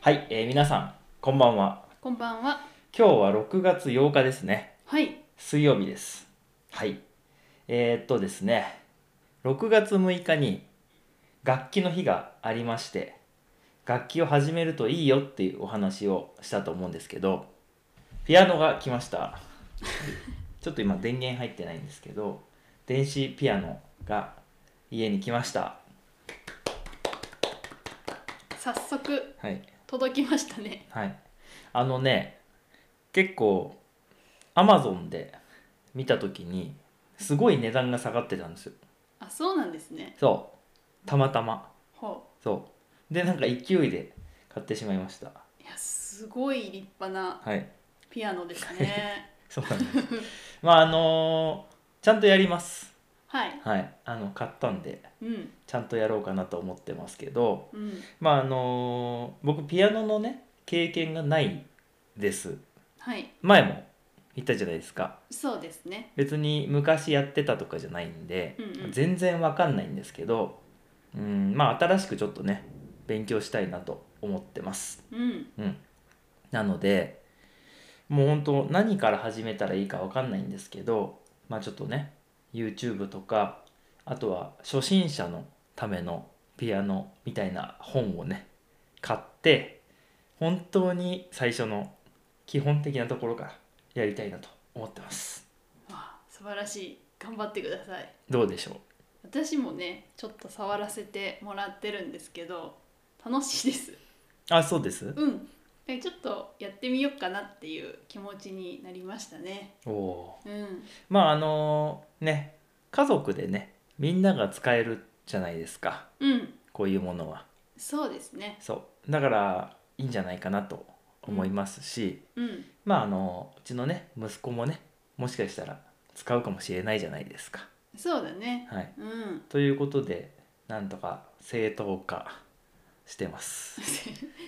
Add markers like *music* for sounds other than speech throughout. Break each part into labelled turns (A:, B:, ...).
A: はい、えー皆さんこんばんは
B: こんばんは。
A: 今日は6月8日ですね
B: はい。
A: 水曜日ですはいえー、っとですね6月6日に楽器の日がありまして楽器を始めるといいよっていうお話をしたと思うんですけどピアノが来ましたちょっと今電源入ってないんですけど電子ピアノが家に来ました
B: 早速
A: はい
B: 届きましたね。
A: はい、あのね結構アマゾンで見た時にすごい値段が下がってたんですよ
B: あ、そうなんですね。
A: そうたまたま
B: ほ
A: そうでなんか勢いで買ってしまいました
B: う。いや、すごい立派な
A: はい
B: ピアノですね。
A: *laughs* そうなんですまああのーちゃんとやります
B: はい。
A: はいあの買ったんで
B: うん。
A: ちゃんとやろうかなと思ってますけど
B: うん。
A: まああのー僕ピアノのね経験がないです
B: はい。
A: 前も言ったじゃないですか
B: そうですね。
A: 別に昔やってたとかじゃないんで、
B: うんうん
A: 全然わかんないんですけどうんまあ新しくちょっとね勉強したいなと思ってます、
B: うん。
A: うん、なのでもう本当何から始めたらいいかわかんないんですけどまあちょっとね YouTube とかあとは初心者のためのピアノみたいな本をね買って本当に最初の基本的なところからやりたいなと思ってます
B: わあ、素晴らしい。頑張ってください。
A: どうでしょう
B: 私もね、ちょっと触らせてもらってるんですけど、楽しいです。
A: あそうです
B: うん。でちょっとやってみようかなっていう気持ちになりましたね。
A: おお
B: うん。
A: ーまああのね家族でねみんなが使えるじゃないですか
B: うん。
A: こういうものは
B: そうですね。
A: そうだからいいんじゃないかなと思いますし、
B: うん。
A: まああのうちのね息子もねもしかしたら使うかもしれないじゃないですか
B: そうだね。
A: はい
B: うん。
A: ということでなんとか正当化してます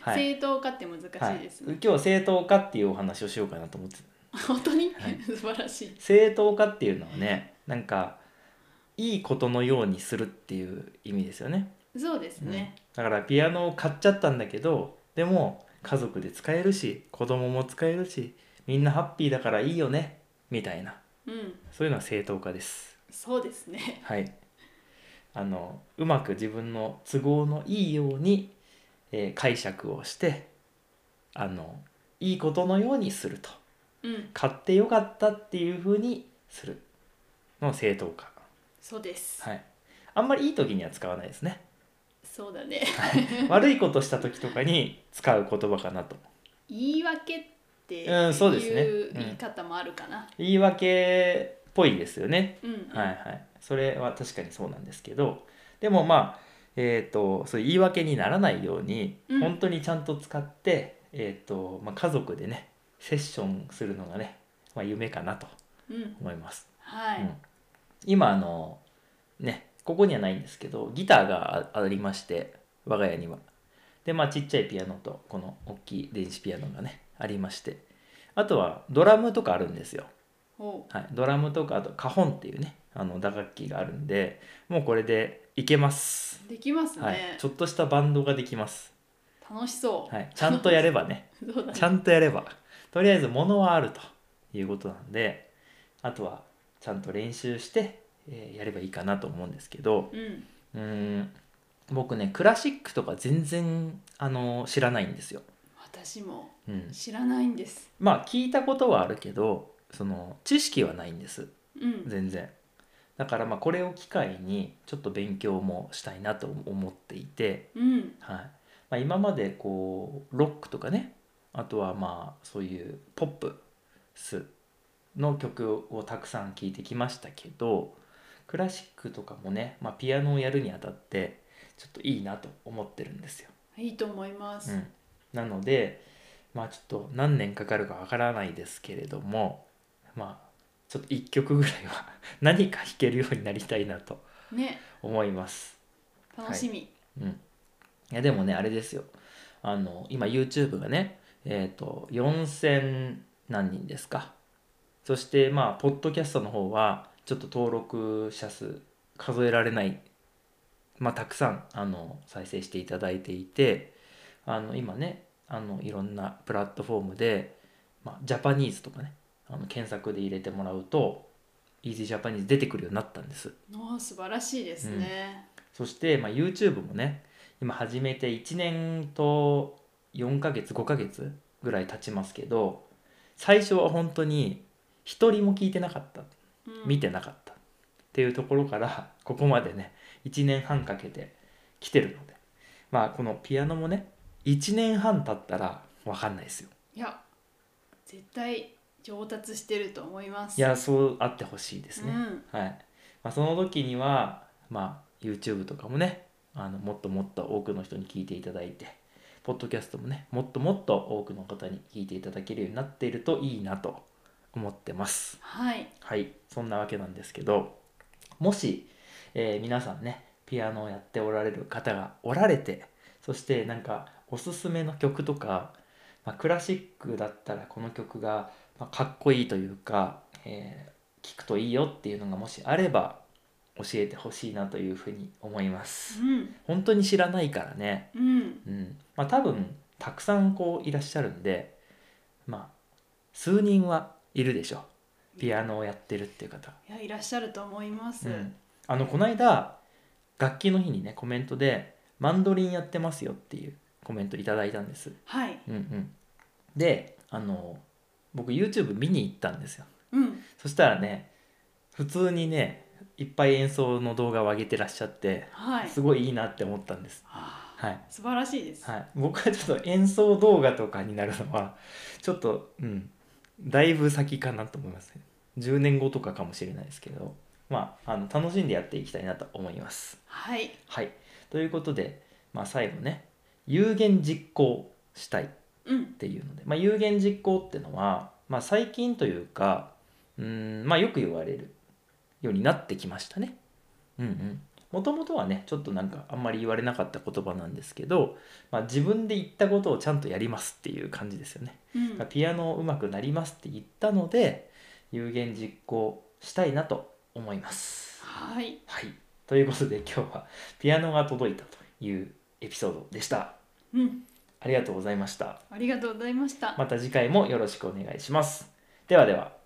A: はい、
B: 正当化って難
A: は
B: しい
A: い
B: です、ね
A: 今日正当化っていうお話をしようかなと思って
B: *laughs* 本当に、
A: はい
B: 素晴らしい
A: 正当化っていうのはねなんかいいことのようにするっていう意味ですよね、
B: そうです
A: うん
B: ね、
A: だからピアノを買っちゃったんだけどでも家族で使えるし子供も使えるしみんなハッピーだからいいよねみたいな
B: うん、
A: そういうのは正当化です
B: そうですね
A: はいあのうまく自分の都合のいいように、えー解釈をしてあのいいことのようにすると
B: うん
A: 買ってよかったっていう風にするのを正当化
B: そうです、
A: はいあんまりいい時には使わないですね *laughs*
B: そうだね
A: 悪いことした時とかに使う言葉かなと
B: 言い訳ってい
A: うんそうですね
B: う
A: うん
B: 言い方もあるかな
A: 言い訳っぽいですよね
B: うん、うん
A: はいはいそれは確かにそうなんですけどでもまあえっ、とそういう言い訳にならないように、
B: うん
A: 本当にちゃんと使ってえっ、と、まあ、家族でねセッションするのがね、まあ、夢かなと
B: うん
A: 思います
B: はい、
A: うん今あのねここにはないんですけどギターがあありまして我が家にはでまあちっちゃいピアノとこの大きい電子ピアノがねありましてあとはドラムとかあるんですよ、
B: おう
A: はい、ドラムとかあとカホンっていうねあの打楽器があるんでもうこれでいけます、
B: できますね、
A: はい、ちょっとしたバンドができます、
B: 楽しそう、
A: はい、ちゃんとやればね
B: そうだ
A: ち
B: ね
A: ゃんとやればとりあえず物はあるということなんであとはちゃんと練習して、えーやればいいかなと思うんですけど
B: うん
A: うーん僕ねクラシックとか全然あの知らないんですよ、
B: 私も
A: うん、
B: 知らないんです
A: まあ聞いたことはあるけどその知識はないんです
B: うん
A: 全然だからまあこれを機会にちょっと勉強もしたいなと思っていて
B: うん
A: はいまあ、今までこうロックとかねあとはまあそういうポップスの曲をたくさん聴いてきましたけどクラシックとかもね、まあ、ピアノをやるにあたってちょっといいなと思ってるんですよ。
B: いいと思います、
A: うん、なのでまあちょっと何年かかるかわからないですけれどもまあちょっと1曲ぐらいは *laughs* 何か弾けるようになりたいなと
B: ね
A: 思います。
B: 楽しみ、
A: うん、いやでもねあれですよあの今 YouTube がねえっ、と4,000何人ですかそしてまあポッドキャストの方はちょっと登録者数数えられないまあたくさんあの再生していただいていてあの今ねあのいろんなプラットフォームで、まあ、ジャパニーズとかねあの検索で入れてもらうとイージージャパニーズ出てくるようになったんです
B: ああ素晴らしいですね、
A: そして、まあ、YouTube もね今始めて1年と4ヶ月5ヶ月ぐらい経ちますけど最初は本当に一人も聞いてなかった
B: うん
A: 見てなかったっていうところからここまでね1年半かけて来てるのでまあこのピアノもね1年半経ったら分かんないですよ
B: いや絶対上達してると思います
A: いやそうあってほしいですね、
B: うん
A: はい、まあ、その時には、まあ、YouTube とかもねあのもっともっと多くの人に聞いていただいてポッドキャストもねもっともっと多くの方に聞いていただけるようになっているといいなと思ってます
B: はい
A: はい、そんなわけなんですけど、もし、えー皆さんね、ピアノをやっておられる方がおられて、そしてなんかおすすめの曲とか、まあ、クラシックだったらこの曲が、まあかっこいいというか、えー聞くといいよっていうのがもしあれば教えてほしいなというふうに思います。
B: うん
A: 本当に知らないからね、
B: うん
A: うん、まあ多分たくさんこういらっしゃるんでまあ数人はいるでしょうピアノをやってるっていう方、
B: いやいらっしゃると思います、
A: うん、あのこの間楽器の日にねコメントで「マンドリンやってますよ」っていうコメントいただいたんです、
B: はい
A: うんうん、であの僕 YouTube 見に行ったんですよ
B: うん
A: そしたらね普通にねいっぱい演奏の動画を上げてらっしゃって
B: はい
A: すごいいいなって思ったんです、
B: はあ
A: はい、
B: 素晴らしいです、
A: はい、僕はちょっと演奏動画とかになるのは *laughs* ちょっとうんだいぶ先かなと思いますね10年後とかかもしれないですけどまああの楽しんでやっていきたいなと思います
B: はい
A: はいということで、まあ、最後ね有言実行したいっ
B: うん
A: ていうので、まあ、有言実行ってのは、まあ、最近というかうんまあよく言われるようになってきましたねうんうんもともとはねちょっとなんかあんまり言われなかった言葉なんですけど、まあ、自分で言ったことをちゃんとやりますっていう感じですよね、
B: うん
A: まあピアノ上手くなりますって言ったので有言実行したいなと思います
B: はい
A: はいということで今日はピアノが届いたというエピソードでした
B: うん
A: ありがとうございました
B: ありがとうございました
A: また次回もよろしくお願いしますではでは